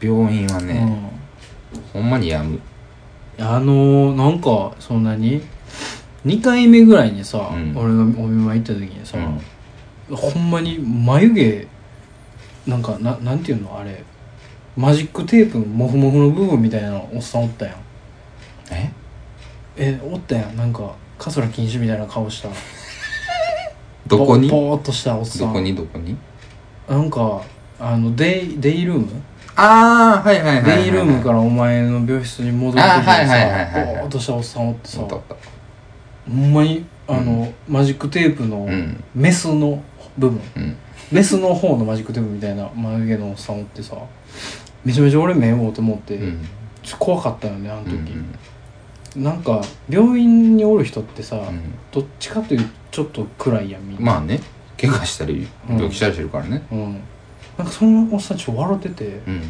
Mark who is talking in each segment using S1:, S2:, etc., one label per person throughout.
S1: 病院は
S2: う
S1: ね、
S2: ん
S1: ほんまにやむ
S2: あのー、なんかそんなに2回目ぐらいにさ、
S1: うん
S2: 俺がお見舞い行った時にさ、
S1: うん
S2: ほんまに眉毛なんかななんていうのあれマジックテープモフモフの部分みたいなおっさんおったやん
S1: え
S2: えおったやんなんかカソラ禁止みたいな顔した
S1: どこに
S2: ぼ
S1: ど
S2: ぼーっとしたおっさん
S1: こにどこに
S2: なんかあのデイデイルーム、
S1: ああはいはいはいはい、はい、
S2: デイルームからお前の病室に戻る時
S1: あ
S2: にさ
S1: はいはいはいはいはい
S2: ぼーっとしたおっさんおってさ
S1: おったおった
S2: ほんまにあの、マジックテープの
S1: うん
S2: メスの部分
S1: うん
S2: メスの方のマジックテープみたいな眉毛のおっさんおってさめちゃめちゃ俺目をと思って、
S1: うん
S2: ちょっと怖かったよねあの
S1: うんう
S2: 時、
S1: ん
S2: なんか病院におる人ってさ、
S1: うん
S2: どっちかというとちょっと暗いやんみんな、
S1: まあね怪我したり
S2: うん
S1: 病気したりしてるからね
S2: うん、なんかそのおっさんちょっと笑ってて、ちょ
S1: うん、
S2: っ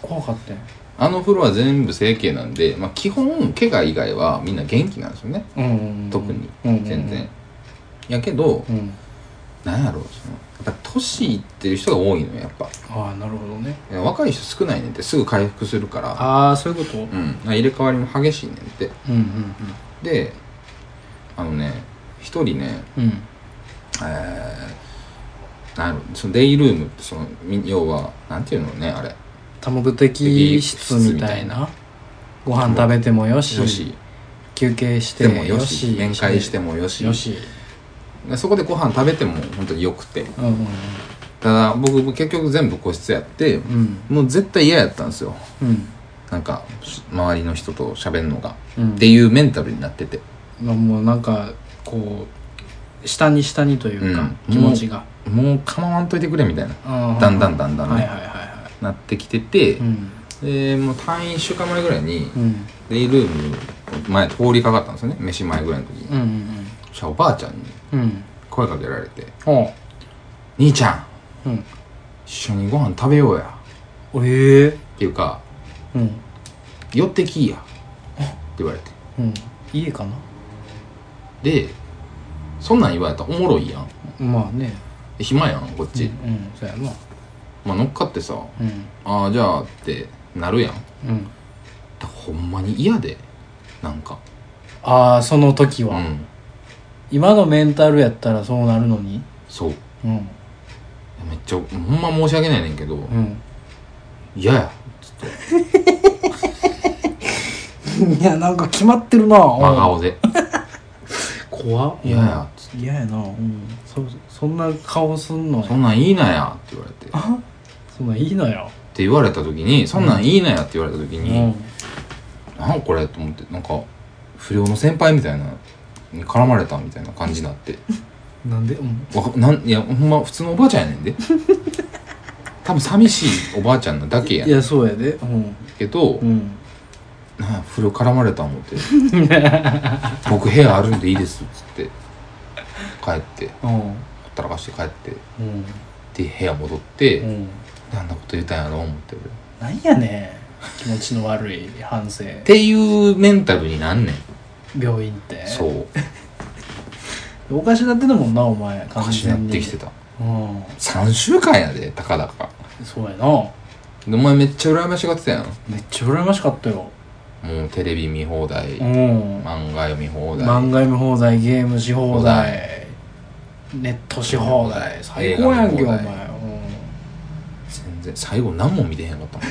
S2: と怖かったよ
S1: あのフロア全部整形なんで、まあ、基本怪我以外はみんな元気なんですよね
S2: うんうんうん
S1: 特に
S2: うんうんうん
S1: 全然、やけど
S2: うん
S1: なんやろうそのやっぱ年いってる人が多いのよやっぱ
S2: ああなるほどね
S1: いや若い人少ないねんってすぐ回復するから
S2: ああそういうことうん
S1: うん入れ替わりも激しいねんって
S2: うん
S1: であのね一人ね
S2: うんうん
S1: えー、なんやろそのデイルームってそのみ要はなんていうのねあれ
S2: 多目的室みたいなご飯食べてもよし
S1: よし
S2: 休憩して
S1: でもよし面会してもよし
S2: よし
S1: でそこでご飯食べても本当によくて
S2: うんうん
S1: ただ僕結局全部個室やって
S2: うん
S1: もう絶対嫌やったんですよ
S2: うん
S1: なんかし周りの人と喋るのが、
S2: うん
S1: っていうメンタルになってて
S2: まあもうなんかこう下に下にというか、
S1: うん
S2: 気持ちが、
S1: もう構わんといてくれみたいな
S2: あー
S1: だんだんだんだんね、
S2: はいはいはいは
S1: なってきてて、
S2: いうん
S1: でもう退院1週間前ぐらいに
S2: うん
S1: デイルーム前通りかかったんですよね飯前ぐらいの時に
S2: うん
S1: そしたらおばあちゃんに
S2: うんうん
S1: 声かけられて
S2: お
S1: 「兄ちゃん
S2: うん
S1: 一緒にご飯食べようや」
S2: ええ
S1: っていうか
S2: うん
S1: 「寄ってきいや」って言われて
S2: うん家かな
S1: でそんなん言われたらおもろいやん
S2: まあね
S1: 暇やんこっち、
S2: うんそうやな
S1: まあ乗っかってさ
S2: うん
S1: 「ああじゃあ」ってなるやん
S2: うん
S1: だほんまに嫌でなんか
S2: ああその時
S1: う
S2: は、
S1: ん
S2: 今のメンタルやったらそうなるのに
S1: そう
S2: うん
S1: めっちゃほんま申し訳ないねんけど
S2: うん
S1: 嫌やつって
S2: いやなんか決まってるな真
S1: 真顔で
S2: 怖っ
S1: 嫌やつって
S2: 嫌やなうんそそんな顔すんの
S1: そんなんいいなやって言われて
S2: あそんなんいいのよ
S1: って言われた時にそんなんいいなやって言われた時
S2: う
S1: に、なんこれと思ってなんか不良の先輩みたいなに絡まれたみたいな感じになって
S2: なんでうん
S1: わかなんいやほんま普通のおばあちゃんや ねんで多分寂しいおばあちゃんなだけや
S2: い
S1: ねん
S2: やそうやでうん
S1: けど
S2: う、ん
S1: なんや不良絡まれた思って 僕部屋あるんでいいですっつって帰って
S2: うん
S1: ほったらかして帰って
S2: うん
S1: で部屋戻って、
S2: うん
S1: なんだこと言ったんやろ思って俺っ
S2: なんやねん気持ちの悪い反省
S1: ていうメンタルになんねん
S2: 病院って
S1: そう
S2: おかしなってたもんなお前
S1: お
S2: 完
S1: かしな
S2: 全
S1: っ
S2: に
S1: てきてた
S2: うん
S1: 3週間やでたかだか
S2: そうやな
S1: お前めっちゃ羨ましがってたやん
S2: めっちゃ羨ましかったよ
S1: もうテレビ見放題、
S2: うん
S1: 漫画読み放題
S2: 漫画見放題ゲームし放
S1: 放
S2: 題
S1: 題
S2: ネットし放題最高やんけお前、う
S1: 全然最後何も見てへんかったも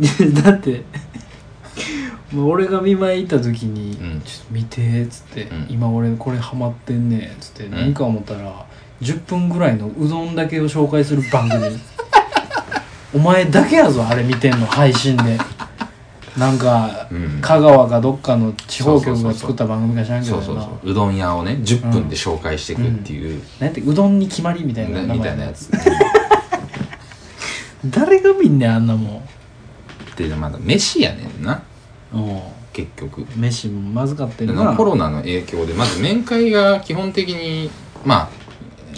S1: ん
S2: ん、だってもう俺が見舞い行った時に「
S1: うん
S2: ちょっと見て」っつって、
S1: うん
S2: 今俺これハマってんね」っつって
S1: ん
S2: 何か思ったら、10分ぐらいのうどんだけを紹介する番組 お前だけやぞあれ見てんの配信でなんか、
S1: うん
S2: 香川かどっかの地方局が作った番組か知らんけど
S1: そう
S2: な
S1: そうそううどん屋をね10分で紹介していくっていう、
S2: なんてうどんに決まりみたいな名
S1: な
S2: 前
S1: みたいなやつ
S2: 誰が見んねんあんなも
S1: でまだ飯やねんなん
S2: お
S1: 結局
S2: 飯もまずかって
S1: で
S2: るな
S1: コロナの影響でまず面会が基本的にま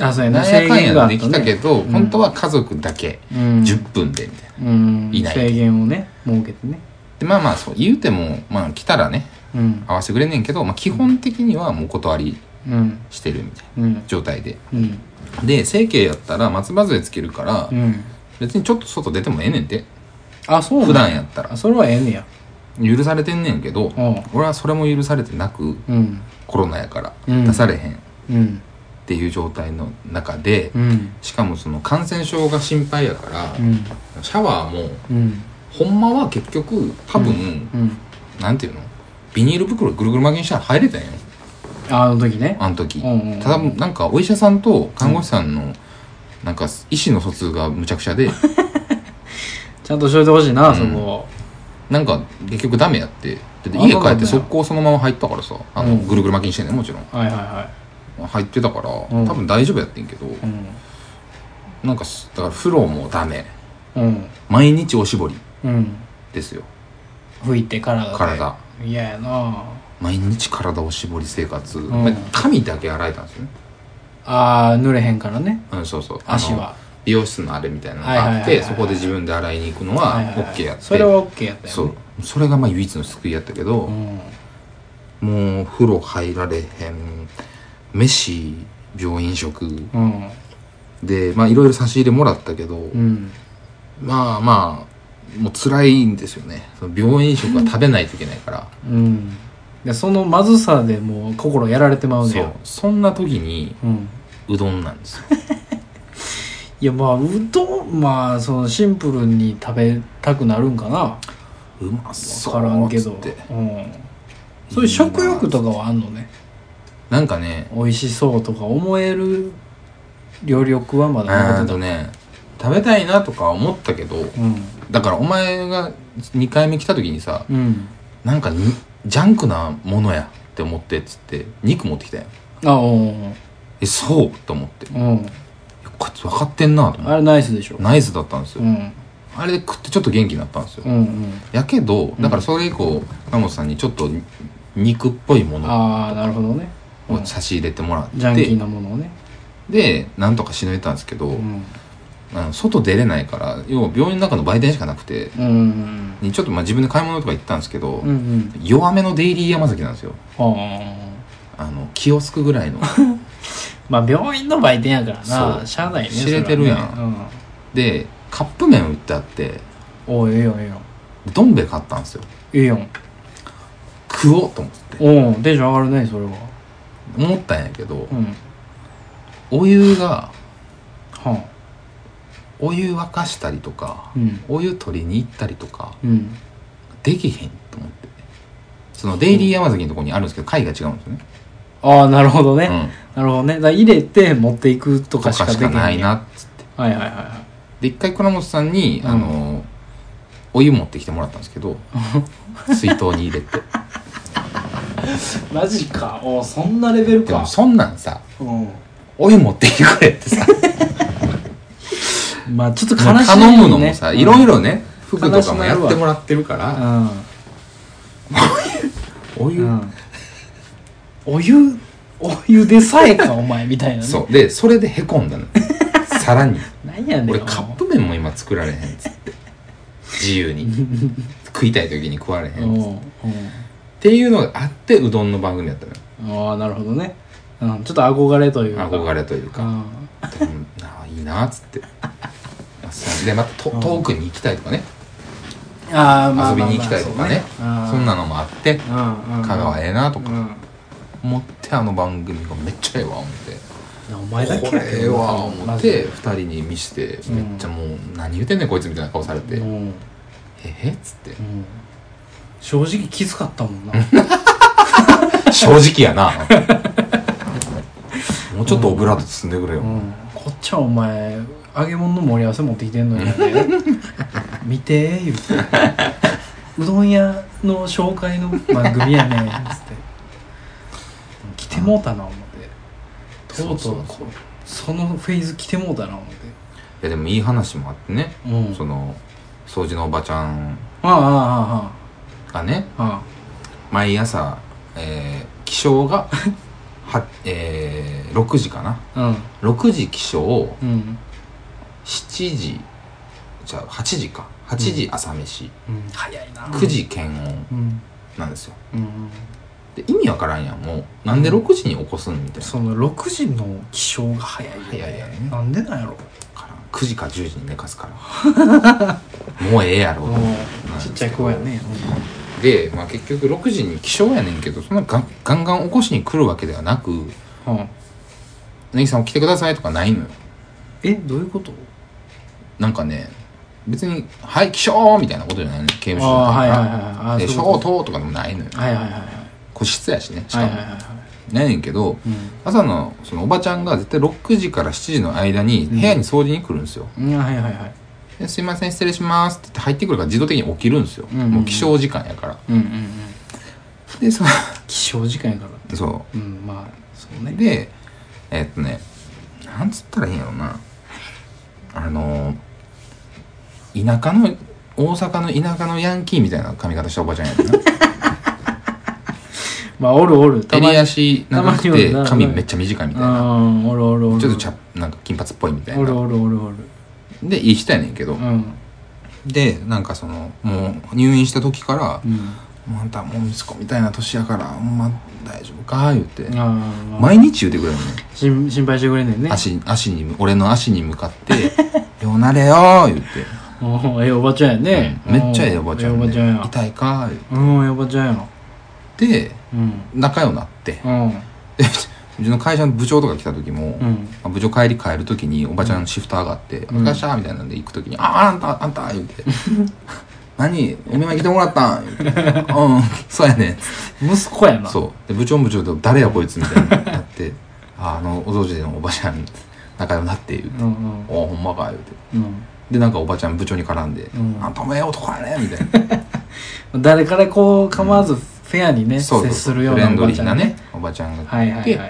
S2: あそう
S1: あ
S2: やな
S1: 何やかん
S2: 制限があ
S1: や
S2: った
S1: で
S2: ね
S1: できたけど、
S2: うん
S1: 本当は家族だけ
S2: うん
S1: 10分でみたいな、
S2: うん
S1: いない
S2: 制限をね設けてね
S1: でまあまあそう言うてもまあ来たらね
S2: うん
S1: 合わせてくれんねんけど、まあ、基本的にはもう断り
S2: うん
S1: してるみたいな
S2: うん
S1: 状態で
S2: うん
S1: で整形やったら松葉杖つけるから、
S2: うん
S1: 別にちょっと外出てもええねんて
S2: あそうなん
S1: 普段やったら
S2: あそれはええねや
S1: 許されてんねんけど
S2: うん
S1: 俺はそれも許されてなく
S2: うん
S1: コロナやから
S2: うん
S1: 出されへんっ
S2: うん
S1: ていう状態の中で
S2: うん
S1: しかもその感染症が心配やから
S2: うん
S1: シャワーも
S2: うん
S1: ほんまは結局多分
S2: うん
S1: なんていうのビニール袋ぐるぐる巻きにしたら入れたんよ
S2: ああの時ね
S1: あの時
S2: うんうん
S1: ただなんかお医者さんと看護師さんのなんか意思の疎通がむちゃくちゃ で
S2: ちゃんとしといてほしいな、
S1: ん
S2: そこ
S1: なんか結局ダメやってだって
S2: あ
S1: 家
S2: そうな
S1: 帰
S2: ん
S1: っ
S2: だ
S1: て速攻そのまま入ったからさあの
S2: うん
S1: ぐるぐる巻きにしてんねんもちろん
S2: はいはいは
S1: 入ってたから
S2: うん
S1: 多分大丈夫やってんけど
S2: いうん
S1: なんかすだから風呂もダメ
S2: うん
S1: 毎日おしぼり
S2: うん
S1: ですよ
S2: 拭いて体で
S1: 体
S2: 嫌やな
S1: 毎日体おしぼり生活、
S2: ん
S1: まあ髪だけ洗えたんですよね
S2: ああ濡れへんからね
S1: うんそうそうあの
S2: 足は
S1: 美容室のあれみたいなのがあっ
S2: はいはいはいは
S1: て
S2: い
S1: そこで自分で洗いに行くの
S2: は
S1: はい
S2: はいはい
S1: OK やって
S2: それは OK やったよね
S1: そうそれがまあ唯一の救いやったけど、
S2: うん
S1: もう風呂入られへん飯病院食
S2: うん
S1: でまあいろいろ差し入れもらったけど、
S2: うん
S1: まあまあもう辛いんですよねその病院食は食べないといけないから、
S2: うんでそのまずさでもう心やられてまうね
S1: そ
S2: や
S1: うそんな時に
S2: うん
S1: うどんなんです よ
S2: いやまあうどんまあそのシンプルに食べたくなるんかな
S1: うまそ
S2: 分
S1: う
S2: からんけど
S1: っつって
S2: うんそういう食欲とかはあんのね
S1: なんかね
S2: 美味しそうとか思える余力はま
S1: う
S2: だ
S1: ー
S2: 残
S1: ん
S2: って
S1: とね食べたいなとか思ったけど
S2: たうん
S1: だからお前が2回目来た時にさ
S2: うん
S1: なんかにジャンクなものやって思ってっつって肉持ってきたよ
S2: あうん
S1: えそうと思って
S2: うん
S1: こいつ分かってんなと思っ
S2: あれナイスでしょ
S1: てナイスだったんですよ、
S2: うん
S1: あれで食ってちょっと元気になったんですよ、
S2: うんうん
S1: やけどだからそれ以降倉本さんにちょっとに肉っぽいもの
S2: ああなるほどねう
S1: を
S2: んジ
S1: 差し入れてもらって、
S2: ャンキーなものをね
S1: でなんとかしのいでたんですけど、
S2: うん
S1: あの外出れないから要は病院の中の売店しかなくて
S2: うん
S1: にちょっとまあ自分で買い物とか行ったんですけど、
S2: うんうん
S1: 弱めのデイリー山崎なんですよ
S2: あ
S1: あ
S2: あ
S1: の気をつくぐらい の
S2: まあ病院の売店やから
S1: そ
S2: な
S1: う
S2: しゃあないね
S1: 知れてるやん
S2: そはね
S1: でカップ麺売ってあって
S2: うんおうええやんええやん
S1: どん兵衛買ったんですよ
S2: ええやん
S1: 食おうと思って
S2: おうテンション上がるねそれは
S1: 思ったんやけど
S2: うん
S1: お湯が
S2: は
S1: お湯沸かしたりとか
S2: あうん
S1: お湯取りに行ったりとか
S2: うん
S1: できへんと思ってそのデイリー山崎のとこにあるんですけど貝が違うんですよね、
S2: ああなるほどね、
S1: うん、
S2: なるほどねだから入れて持っていくと
S1: とか
S2: かし
S1: し
S2: かでき
S1: かないな
S2: は
S1: っつって
S2: いはいはいはい
S1: で一回倉本さんに、
S2: うん
S1: あのお湯持ってきてもらったんですけ ど水筒に入れて
S2: マジかおそんなレベル
S1: でもそんなんさ
S2: う
S1: お湯持ってきてくれってさ
S2: んまあちょっと 悲しい、ね、
S1: 頼むのもさ、
S2: うん
S1: いろいろね服と
S2: 悲し
S1: かも
S2: な
S1: や
S2: るわ
S1: ってもらってるか
S2: う
S1: ら
S2: ん、
S1: お湯、
S2: うん、お湯お湯でさえかお前みたいなね
S1: そうでそれでへこんだ のさらに
S2: なんやねん
S1: 俺カップ麺も今作られへんっつって自由 に食いたい時に食われへんっつっ
S2: う
S1: て
S2: んうん
S1: っていうのがあってうどんの番組だったのよ
S2: ああなるほどね、うん、ちょっと憧れというか
S1: 憧れという
S2: う
S1: か、
S2: ん
S1: うんあいいなっつってあそうでまたと
S2: うん
S1: 遠くに行きたいとかね、
S2: ああまあまあ
S1: 遊
S2: まあ
S1: びに行きたいとかね
S2: そうね
S1: そんなのもあって
S2: うんうん
S1: 香川ええなと
S2: う
S1: か
S2: ん
S1: 思ってあの番組がめっちゃええわ思って
S2: お前だけ
S1: これええわ思
S2: マ
S1: っ
S2: ジで
S1: て2人に見してめっちゃもう何言うてんねんこいつみたいな顔されて、え
S2: うん
S1: えっつって
S2: うん正直きつかったもんな
S1: 正直やなもうちょっとオブラート包んでくれよ、
S2: うんこっちはお前揚げ物の盛り合わせ持ってきて んのにね見てー言うてうどん屋の紹介の番組やねんつって来てもうたな思ってとうとう
S1: そうそう
S2: こそのフェーズ来てもうたな思っ
S1: い
S2: て
S1: やでもいい話もあってね、
S2: うん
S1: その掃除のおばちゃん
S2: あああ
S1: がね
S2: あああああ
S1: 毎朝、えー起床が は、えー6時かな
S2: あ
S1: 6時起床
S2: うんうん
S1: 7時じゃあ8時か8時朝飯、
S2: うん早いな
S1: 9時検温
S2: うん
S1: なんですよ
S2: うん
S1: で意味わからんやんもうなんで6時に起こすんみたいな、
S2: その6時の起床が早いよね
S1: 早いよね
S2: なんでなんやろ
S1: わからん9時か10時に寝かすから もうええやろと思って
S2: もうちっちゃい子やね、
S1: で、まあ、結局6時に起床やねんけどそんなガンガンガン起こしに来るわけではなく
S2: うんうん、
S1: 「ネギさん起きてください」とかないのよ
S2: えどういうこと
S1: なんかね別に「はい起床!」みたいなことじゃないの刑務所
S2: あーはいはいはいあー
S1: からで「
S2: そうい
S1: シ
S2: う
S1: ョ
S2: こ
S1: ート!」とかでもないのよ
S2: はいはいはいはい
S1: 個室やしねし
S2: は
S1: か
S2: い
S1: も、
S2: はいはいはい
S1: ないねんけど朝のそのおばちゃんが絶対6時から7時の間に部屋に掃除に来るんですよ、
S2: うん、うんはいはいはい
S1: ですいません失礼しますって言って入ってくるから自動的に起きるんですよ、
S2: うんうんうん
S1: もう起床時間やから
S2: うんうんうん
S1: でそ
S2: 起床時間やから
S1: う そ
S2: うんまあそう
S1: う
S2: ね
S1: でえっとねなんつったらいいんやろなあの田舎の大阪の田舎のヤンキーみたいな髪型したおばちゃんやった な
S2: まあおるおるたまに
S1: 襟足長く
S2: たまに
S1: て
S2: はな
S1: 髪めっちゃ短いみたいな
S2: うんおるおるおる
S1: ちょっとちゃなんか金髪っぽいみたい
S2: おる
S1: な
S2: おるおるおる
S1: でいい人やねんけど、
S2: うん
S1: でなんかそのもう入院した時から
S2: う、ん
S1: もうあんたもう息子みたいな年やからほんま大丈夫か言って、
S2: あーまあ
S1: 毎日言うてくれるのね
S2: 心心配してくれんねんね
S1: 足足に俺の足に向かって 「よなれよ」言って、
S2: おーええおばちゃんやね、
S1: うんめっちゃええおばちゃん,、
S2: ええおばちゃんや
S1: 痛いか
S2: うんええおばちゃんや
S1: 言って
S2: うん
S1: 仲良くなって、
S2: うん
S1: でうちの会社の部長とか来た時も、
S2: うん
S1: あ部長帰り帰る時におばちゃんシフト上がって「
S2: ん
S1: お疲れっしゃ」みたいなんで行く時に「あああんたあんた」言う て「何お見舞い来てもらったん」言うて「うんそうやねん」
S2: 息子やな
S1: そうで部長も部長と「誰やこいつ」みたいになって 「ああのお掃除でのおばちゃん仲良くなって」言うて
S2: うん
S1: 「おおほんまか」言うて
S2: うん
S1: でなんかおばちゃん部長に絡んで「
S2: ん
S1: あんたもええ男やね」みたいな
S2: うん誰からこう構わずフェアにね、
S1: そうそう
S2: 接
S1: そ
S2: す
S1: う
S2: る
S1: フ
S2: ような
S1: レン
S2: お
S1: ド
S2: ば
S1: リ
S2: ち
S1: ー
S2: ゃん
S1: な
S2: ね
S1: ねおばちゃんが
S2: はいはいはいは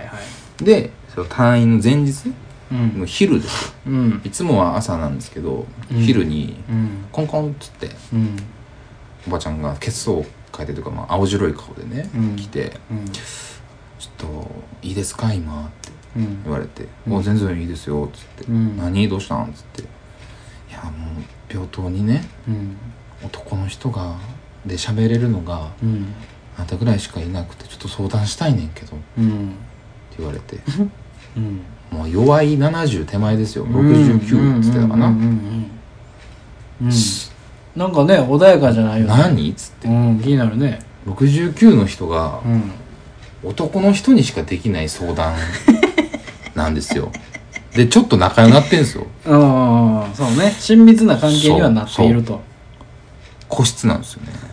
S2: い
S1: でその退院の前日
S2: う
S1: の
S2: ん
S1: 昼ですよ
S2: うん
S1: いつもは朝なんですけど、
S2: うん
S1: 昼に
S2: うん
S1: コンコンっつって
S2: うん
S1: おばちゃんが血相を変えてというか、まあ、青白い顔でね、
S2: うん
S1: 来て
S2: う
S1: 「
S2: ん
S1: ちょっといいですか今」って
S2: うん
S1: 言われて「
S2: うん
S1: もう全然いいですよ」っつって「
S2: うん
S1: 何どうしたん?」っつって「いやもう病棟にね
S2: うん
S1: 男の人がで喋れるのが
S2: うん
S1: あなたぐらいしかいなくてちょっと相談したいねんけど」って
S2: うん
S1: 言われ て
S2: うん
S1: もう弱い70手前ですよ69っつってたか
S2: うんうん
S1: な
S2: うんうんうんなんかね穏やかじゃな
S1: 「
S2: いよね
S1: 何?」っつって
S2: うん気になるね
S1: 69の人が
S2: うん
S1: 男の人にしかできない相談なんです よでちょっと仲良くなってんすよ
S2: ああそうね親密な関係にはなっていると
S1: 個室なんですよね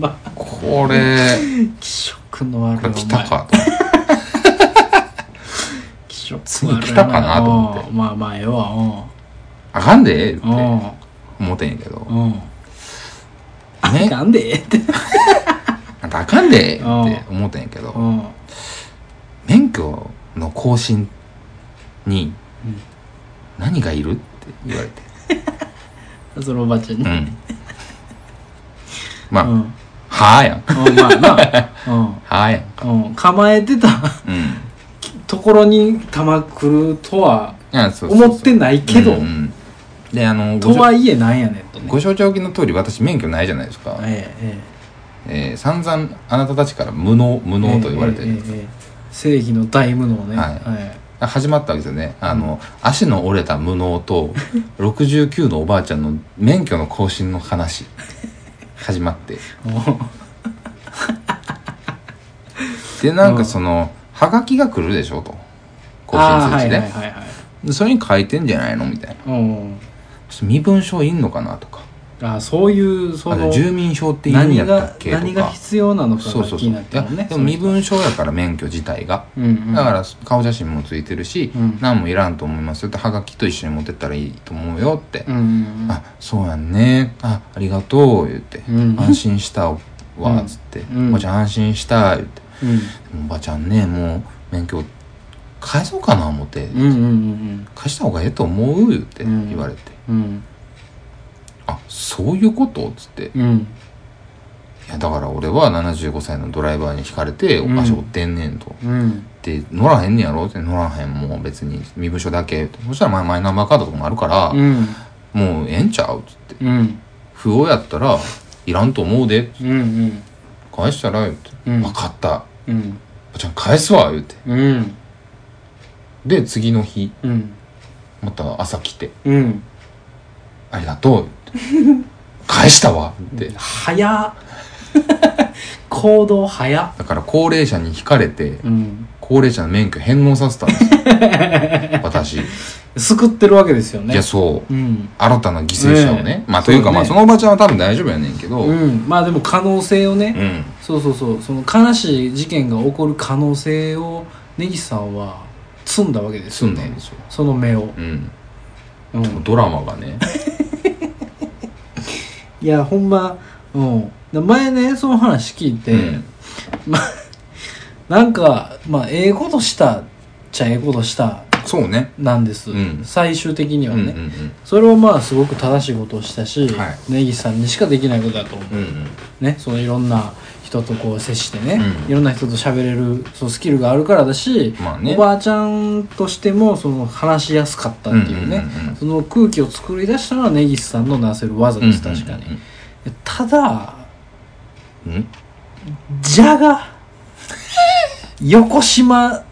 S2: ま
S1: これ
S2: 気色の悪い
S1: これ
S2: お前
S1: 来たかと思って
S2: 気色
S1: 次来たかなと思って
S2: うんまあまあええわう
S1: あかんでって
S2: んう
S1: 思ってんやけど
S2: んうん
S1: ね
S2: なんでって
S1: なんかあかんでって
S2: うん
S1: 思ってんやけ
S2: う
S1: ど
S2: ん
S1: 免許の更新に
S2: うん
S1: 何がいるって言われて
S2: そのおばあちゃんに
S1: う
S2: うん
S1: んまあ
S2: うん
S1: はあやん
S2: まあな
S1: はあやん
S2: うんうん構えてた
S1: うん
S2: ところに弾来るとはい
S1: やそうそうそう
S2: 思ってないけど
S1: うんうんであの
S2: とはいえなんやねんとね
S1: ご承知おきの通り私免許ないじゃないですか、
S2: えええ
S1: えー散々あなたたちから無能無
S2: え
S1: 能と言われてる、
S2: えええええ正義の大無能ね
S1: はい始まったわけですよねあの、足の折れた無能 と69のおばあちゃんの免許の更新の話始まってでなんかその、はがきが来るでしょと更
S2: あ
S1: 新
S2: あーは
S1: 通知
S2: い
S1: で,、
S2: はいはいはい
S1: でそれに書いてんじゃないのみたいな
S2: うん
S1: そして身分証いんのかなとか
S2: あーそういうそ
S1: あ
S2: の
S1: と住民票っているん
S2: 何
S1: やった
S2: が
S1: っけとか
S2: 何が必要なのか
S1: そう
S2: が
S1: そう
S2: 気
S1: そうい
S2: になって
S1: や
S2: るね
S1: でも身分証やから免許自体が
S2: うんうん
S1: だから顔写真もついてるし、
S2: うん
S1: 何もいらんと思いますよってはがきと一緒に持ってったらいいと思うよって、
S2: うんうん
S1: あそうやんねあありがとう言って、
S2: うん
S1: 安心したわ
S2: うん
S1: つって、
S2: うん
S1: おばちゃん安心した言って
S2: うん
S1: でもおばちゃんねもう免許返そうかな思って、
S2: うんうんうん
S1: 返した方がええと思う言って
S2: うん
S1: 言われて、
S2: うん
S1: あそういうことつって、い
S2: うんうん
S1: やだから俺は75歳のドライバーにひかれて、
S2: うん
S1: 足折ってんねんと。
S2: うん
S1: で乗らへんねやろって乗らへんもう別に身分証だけそしたらまあマイナンバーカードとかもあるから、
S2: うん
S1: もうええんちゃうっつって
S2: うん
S1: 不要やったらいらんと思うで
S2: うんうん
S1: 返したら言って、
S2: うん
S1: 分かった
S2: うん
S1: おばちゃん返すわ言うて
S2: うん
S1: で次の日
S2: うん
S1: また朝来て
S2: うん
S1: 「ありがとう」って 「返したわ」って
S2: 早っ行動早っ
S1: だから高齢者に惹かれて
S2: うん
S1: 高齢者の免許返納させたんです よ私い
S2: 救ってるわけですよね
S1: やそう
S2: うん
S1: 新たな犠牲者をね
S2: ねえ
S1: まあというか
S2: そうね
S1: まあそのおばちゃんは多分大丈夫やねんけど、
S2: うんまあでも可能性をね、
S1: うん
S2: そうそうそうその悲しい事件が起こる可能性を根岸さんは積んだわけです
S1: す
S2: よ
S1: ん
S2: ね
S1: ないんですよ、
S2: その目を、
S1: うん、
S2: うん、
S1: ドラマがね
S2: いやほんま、うん、で前ねその話聞いて、
S1: うん
S2: なんかまあええことしたっちゃええことした
S1: そうね
S2: なんです、
S1: うん
S2: 最終的に
S1: う
S2: は
S1: んう
S2: ね、
S1: んうん
S2: それはまあすごく正しいことをしたし、
S1: はい
S2: 根岸さんにしかできないことだと思
S1: う
S2: う、
S1: んうん
S2: ねそのいろんな人とこう接してね、
S1: うん
S2: いろんな人と喋れるそのスキルがあるからだし、
S1: まあね
S2: おばあちゃんとしてもその話しやすかったってい
S1: うんうん
S2: うね、
S1: うんうん
S2: その空気を作り出したのは根岸さんのなせる技です確かに、ただ
S1: うんうん
S2: じゃが横島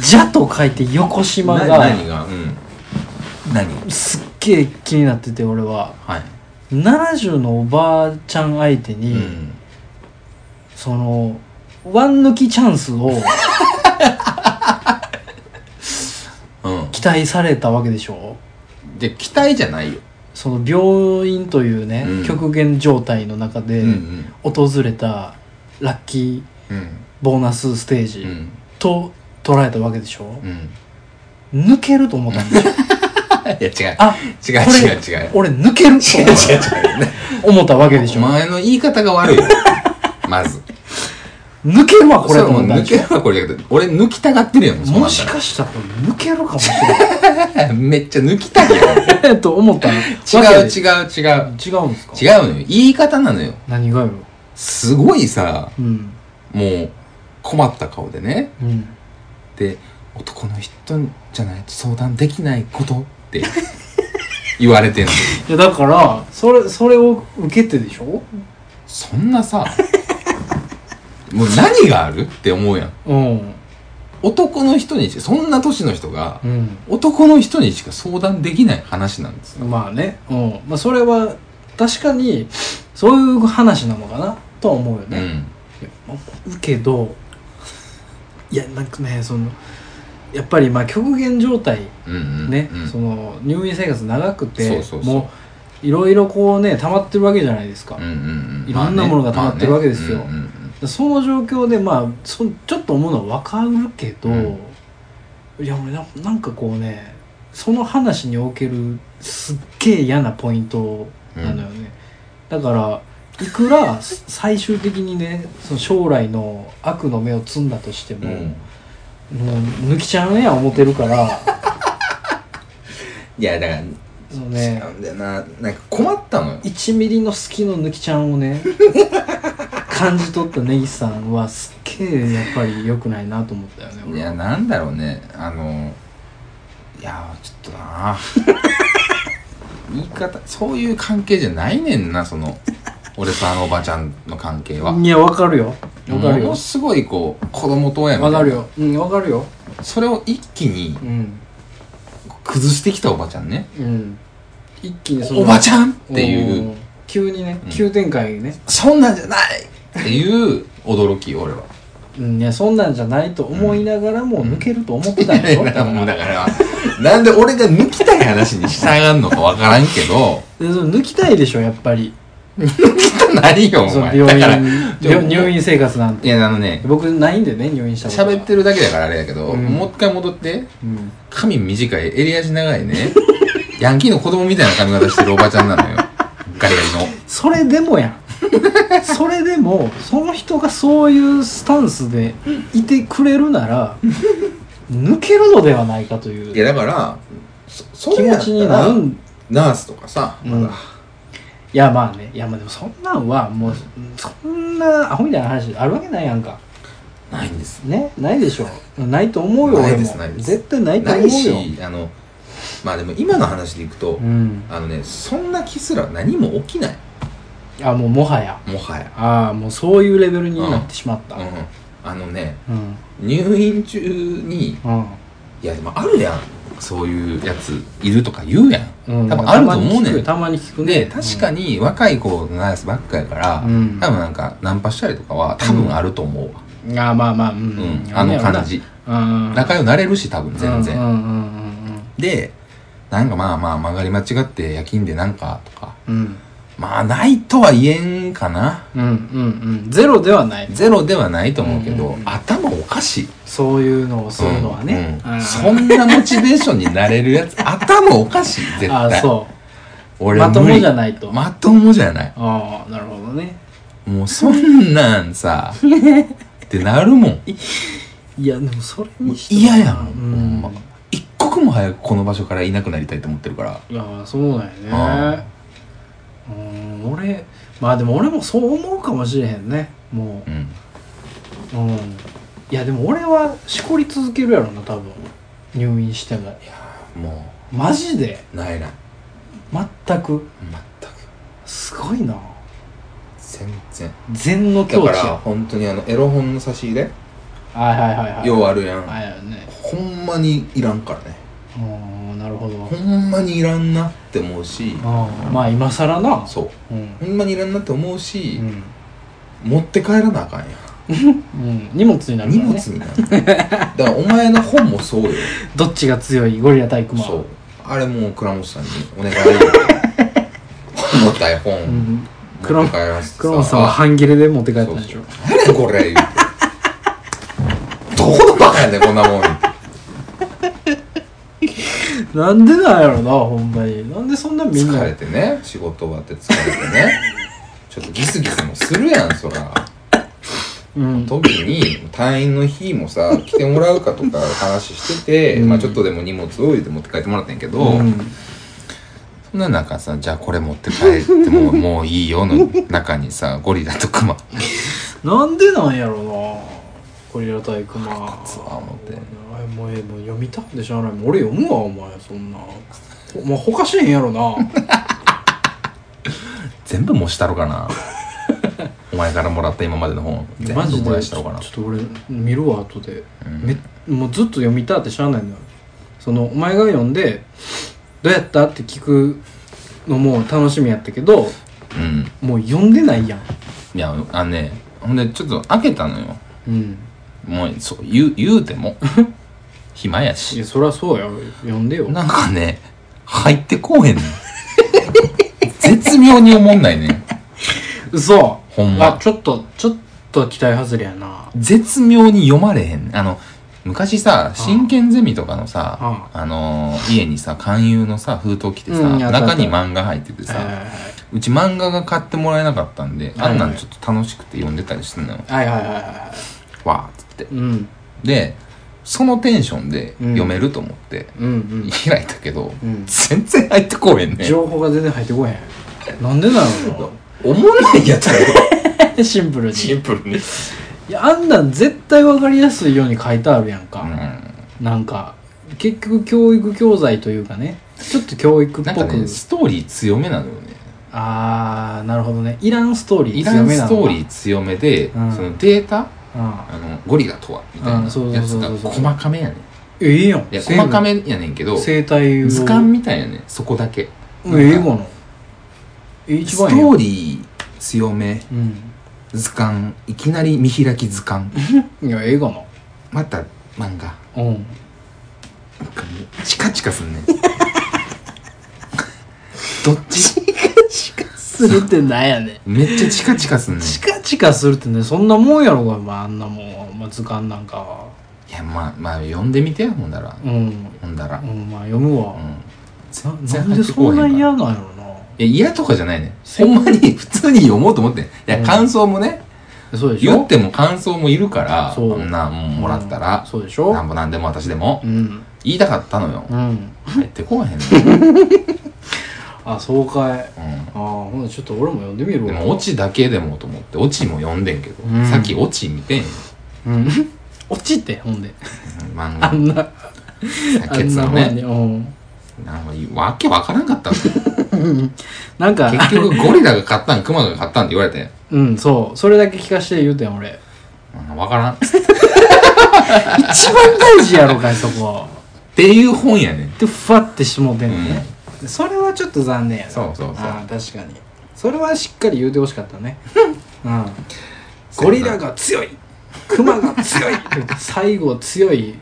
S2: じゃと書いて横島
S1: な
S2: が
S1: 何がうん何
S2: すっげえ気になってて俺は
S1: はい
S2: 70のおばあちゃん相手
S1: う
S2: に、
S1: ん
S2: そのワン抜きチャンスを
S1: うん
S2: 期待されたわけでしょ
S1: で期待じゃないよ
S2: その病院というね、
S1: うん
S2: 極限状態の中で
S1: うん
S2: 訪れたラッキー
S1: うんうん
S2: ボーナスステー
S1: う
S2: ジ
S1: ん
S2: と捉えたわけでしょ
S1: う、ん
S2: 抜けると思った んでしょ
S1: いや違う
S2: あ
S1: 違う
S2: これ
S1: 違う違う
S2: 俺抜けると
S1: 違う違う違う
S2: 思ったわけでし
S1: お
S2: ょ
S1: 前の言い方が 悪いよまず
S2: 抜けるわこ
S1: こ
S2: れ
S1: れ
S2: と
S1: もう
S2: 思ったん
S1: 抜
S2: でし
S1: け
S2: ょ
S1: るわこれだけど俺抜きたがってるやん
S2: もしかしたら抜けるかもしれない
S1: めっちゃ抜きたいやん
S2: い と思った
S1: 違う
S2: う
S1: 違う違う
S2: 違うんですか
S1: 違うのよ言い方なのよ
S2: 何がよ
S1: すごいさ
S2: うん
S1: もう困った顔でね
S2: うん
S1: で男の人じゃないと相談できないことって 言われてんの
S2: いやだからそれそれを受けてでしょ
S1: そんな さもう何があるって思うやん
S2: うん
S1: 男の人にしそんな年の人が
S2: うん
S1: 男の人にしか相談できない話なんですよ
S2: まあねうんまあそれは確かにそういう話なのかなとは思うよ
S1: う
S2: ね、
S1: ん
S2: うけどいやなんかねそのやっぱりまあ極限状態
S1: うんうん
S2: ね、
S1: うん
S2: その入院生活長くて
S1: そうそうそう
S2: もういろいろこうね溜まってるわけじゃないですか、
S1: うんうんうん
S2: いろんなものが溜まってるわけですよ
S1: まあねまあねうんうん
S2: その状況でまあそちょっと思うのは分かるけど、
S1: うん
S2: いや俺ななんかこうねその話におけるすっげえ嫌なポイントなのよね、だからいくら最終的にねその将来の悪の目を積んだとしても、
S1: うん
S2: もう抜きちゃうねや思ってるから
S1: いやだから
S2: その
S1: 違
S2: ね
S1: うんだよななんか困ったのよ
S2: 1ミリの隙の抜きちゃんをね感じ取った根岸さんはすっげえやっぱり良くないなと思ったよね
S1: い
S2: 俺は
S1: やなんだろうねあのいやちょっとな 言い方そういう関係じゃないねんなその俺とあのおばちゃんの関係はい
S2: やわかるよわ
S1: も
S2: かるよ
S1: のすごいこう子供と親みた
S2: わ
S1: いな
S2: かるようんわかるよ
S1: それを一気に
S2: うん
S1: 崩してきたおばちゃんね
S2: うん一気にその
S1: おばちゃんってい
S2: おー
S1: う
S2: 急にね
S1: うん
S2: 急展開ね
S1: そんなんじゃないっていう驚き俺は
S2: うんいやそんなんじゃないと思いながらも
S1: うん
S2: 抜けると思ってたんで しょ
S1: いやだからもう
S2: で
S1: だからなんで俺が抜きたい話に従うのかわからんけど
S2: その抜きたいでしょやっぱり
S1: 何よお
S2: その
S1: 前
S2: 病
S1: だ
S2: 院
S1: から
S2: 病入院生活なん
S1: い
S2: て
S1: やあのね
S2: 僕ないんでね入院したことが
S1: 喋ってるだけだからあれだけど、
S2: うん
S1: もう一回戻って
S2: うん
S1: 髪短い襟足長いね ヤンキーの子供みたいな髪型してるおばちゃんなのよガリガリの
S2: それで もやんそれでもその人がそういうスタンスでいてくれるなら抜けるのではないかという
S1: いやだからそそ
S2: 気
S1: れや
S2: 持
S1: った
S2: ちにな
S1: ら
S2: るん
S1: ナースとかさ、
S2: うん
S1: まだ
S2: いやまあねいやまあでもそんなんはもうそんなアホみたいな話あるわけないやんか
S1: ないんです
S2: ねないでしょないと思うよ
S1: ない
S2: 俺
S1: で
S2: も
S1: すないです
S2: 絶対ないと
S1: な
S2: 思う
S1: い
S2: よ
S1: しあのまあでも今の話でいくと、
S2: うん
S1: あのねそんな気すら何も起きない
S2: あもうもはや
S1: もはや、
S2: ああもうそういうレベルになってしまった、
S1: うん、あのね
S2: うん
S1: 入院中に
S2: うん
S1: いやでもあるやんそういうやついるとか言うやん、
S2: うん
S1: 多分あると思うねん
S2: たまに聞く
S1: で
S2: ね
S1: 確か
S2: に
S1: に若い子のやつばっかやから、
S2: うん
S1: 多分なんかナンパしたりとかは多分あると思うわ、
S2: あーまあまあうん
S1: うんあの感じ
S2: うん
S1: 仲良くなれるし多分全然、
S2: うんうんうん
S1: でなんかまあまあ曲がり間違って夜勤でなんかとか
S2: うん
S1: まあないとは言えんかな
S2: うんうんうんうんゼロではない
S1: ゼロではないと思うけど、
S2: うんうんうん
S1: 頭おかしい
S2: そういうのをするのはね、
S1: うん
S2: あ
S1: うん
S2: ー
S1: そんなモチベーションになれる やつ頭おかしい絶対
S2: あーそう
S1: 俺
S2: まともじゃ
S1: い
S2: ないと、
S1: まともじゃない
S2: ああなるほどね
S1: もうそんなん さってなるもん
S2: いやでもそれにしても
S1: 嫌やん、
S2: う
S1: ほんま一刻も早くこの場所からいなくなりたいと思ってるから
S2: いやそうだよね
S1: あ
S2: うん俺まあでも俺もそう思うかもしれへんねも
S1: うん
S2: ううんいやでも俺はしこり続けるやろな多分入院しても
S1: も
S2: マジで
S1: うないない
S2: 全
S1: 全
S2: く
S1: く
S2: すごいな
S1: 全然
S2: 禅の境
S1: だ
S2: 地
S1: から
S2: や
S1: 本当にあのエロ本の差し入れ
S2: はいはいはいはい
S1: ようあるやん、
S2: はいはいね
S1: ほんまにいらんからね
S2: うんなるほど
S1: ほんまにいらんなって思うし
S2: ああまあ今更な
S1: そう
S2: うん
S1: ほんまにいらんなって思う
S2: う
S1: し、
S2: ん、
S1: 持って帰らなあかんや
S2: うん、荷物になる
S1: ん
S2: か
S1: 荷
S2: ら、ね、
S1: 物になるだからお前の本もそうよ、
S2: どっちが強いゴリラ対クマ
S1: そうあれもう倉本さんにお 願いよ重たい本、
S2: ん、
S1: 持って帰らせて
S2: クロンさんは
S1: あ
S2: 半切れで持って帰った
S1: そ
S2: ん
S1: う
S2: で
S1: そ
S2: しょ
S1: う何やこれ言うてどこのバカやねんこんなもん言うて
S2: なんでなんやろなほんまになんでそんなみんな
S1: 疲れてね仕事終わって疲れてねちょっとギスギスもするやんそら
S2: うん
S1: 時に退院の日もさ来てもらうかとか話してて、
S2: うん
S1: まあちょっとでも荷物を入れて持って帰ってもらったんやけど、
S2: うん
S1: そんな中さじゃあこれ持って帰っても もういいよの中にさゴリラとクマ
S2: なんでなんやろなゴリラ対クマ
S1: つわ思って
S2: おいもうええもう読みたくてしゃあないもう俺読むわお前そんなお前ほかしへんやろな
S1: 全部もしたろかな お前からもらった今 までの本全
S2: マジ
S1: 部
S2: で
S1: 燃やし
S2: ち
S1: た
S2: ょ
S1: ろかな
S2: ちょっと俺見るわ後で、
S1: うん
S2: めもうずっと読みたってしゃあないのよそのお前が読んで「どうやった?」って聞くのも楽しみやったけど
S1: うん
S2: もう読んでないやん
S1: いやあのねほんでちょっと開けたのよ
S2: うん
S1: もうそう言う言うて も暇やし
S2: いやそりゃそうや読んでよ
S1: なんかね、入ってこうへんねん。絶妙に思んないねん。
S2: 嘘
S1: ほんま
S2: あちょっとちょっと期待外れやな
S1: 絶妙に読まれへんねん。あの、昔さ、真剣ゼミとかのさ、
S2: あ
S1: あのー家にさ、勧誘のさ、封筒来てさ、
S2: うんやった
S1: 中に漫画入ってて
S2: はい
S1: さ、うち漫画が買ってもらえなかったんで、あんなんちょっと楽しくて読んでたりしてんのよ。
S2: はいはいはいはいは
S1: わーっつって
S2: い。うん
S1: で、そのテンションで読めると思って、
S2: うんうん
S1: 開いたけど、
S2: うん
S1: 全然入ってこうへんねん。
S2: 情報が全然入ってこへんなんでなの
S1: おもんないやつやろ
S2: シンプルに
S1: シンプルに。
S2: いやあんなん絶対わかりやすいように書いてあるやんか、
S1: うん
S2: なんか結局教育教材というかねちょっと教育っ
S1: なん
S2: ぽ
S1: か
S2: く、
S1: ね、ストーリー強めなのよね。
S2: ああなるほどねイランストーリ
S1: イ
S2: ー
S1: ラ
S2: 強
S1: ン
S2: めな
S1: ス
S2: の
S1: トーリー強めで、
S2: うん
S1: そのデータ
S2: あ
S1: あの、ゴリラとは、みたい
S2: うんそう
S1: な
S2: そ
S1: やつ
S2: うそうそ
S1: が細
S2: う
S1: かめやね
S2: ええやん
S1: ん。いや、細かめやねんけど、
S2: 生態を
S1: 図鑑みたいやねん、そこだけ。
S2: うん英語のえ一
S1: スト
S2: 番いい
S1: ーリー強め、
S2: うん
S1: 図鑑、いきなり見開き図 鑑、
S2: いや英語の
S1: また漫画、
S2: うん
S1: なんかもうチカチカす んねん。どっち
S2: チカするってなんやね
S1: めっちゃチカチカすんねん。
S2: チカチカするってねそんなもんやろが、まあ、あんなもん、まあ、図鑑なんかはい
S1: や、まあ、まあ、読んでみてよ、ほんだら。
S2: うん、
S1: ほんだら
S2: う。ん、まあ読む
S1: う
S2: わ、
S1: ん。
S2: な
S1: 然
S2: なんでそんな嫌なんやろ
S1: いや、嫌とかじゃないね。ほんまに普通に読もうと思ってん。いや、感想もね、
S2: なそうでしょ
S1: 言っても感想もいるから、
S2: そう
S1: こんなもんもらった
S2: うん
S1: ら、
S2: そうでし
S1: なん
S2: ょ
S1: ぼなんでも私でも
S2: う、ん
S1: 言いたかったのよ
S2: う。ん
S1: 入ってこうへんね
S2: あそうか
S1: ん。
S2: いああほんでちょっと俺も読んでみる
S1: うん。
S2: わ
S1: でも、オチだけでもと思って、オチも読んでんけど
S2: うん、
S1: さっきオチ見てんよ。
S2: うん 落ちてほんで
S1: 漫
S2: あ
S1: 画、
S2: んなあ
S1: ケ
S2: ん
S1: ツ
S2: な
S1: の
S2: もんに
S1: ね。
S2: うん
S1: なんかわけわからんか ったんですよ
S2: なんか
S1: 結局、ゴリラが買ったん、クマが買ったんって言われて。
S2: うんそうそれだけ聞かして言うてん俺
S1: うんな分からんっつっ
S2: 一番大事やろかいそこ
S1: ていう本やねん
S2: でふわってしもうてんのね、それはちょっと残念やな
S1: そうそうそう
S2: ああ確かにそれはしっかり言うてほしかっ たねうんゴリラが強いクマが 強いって言って最後強い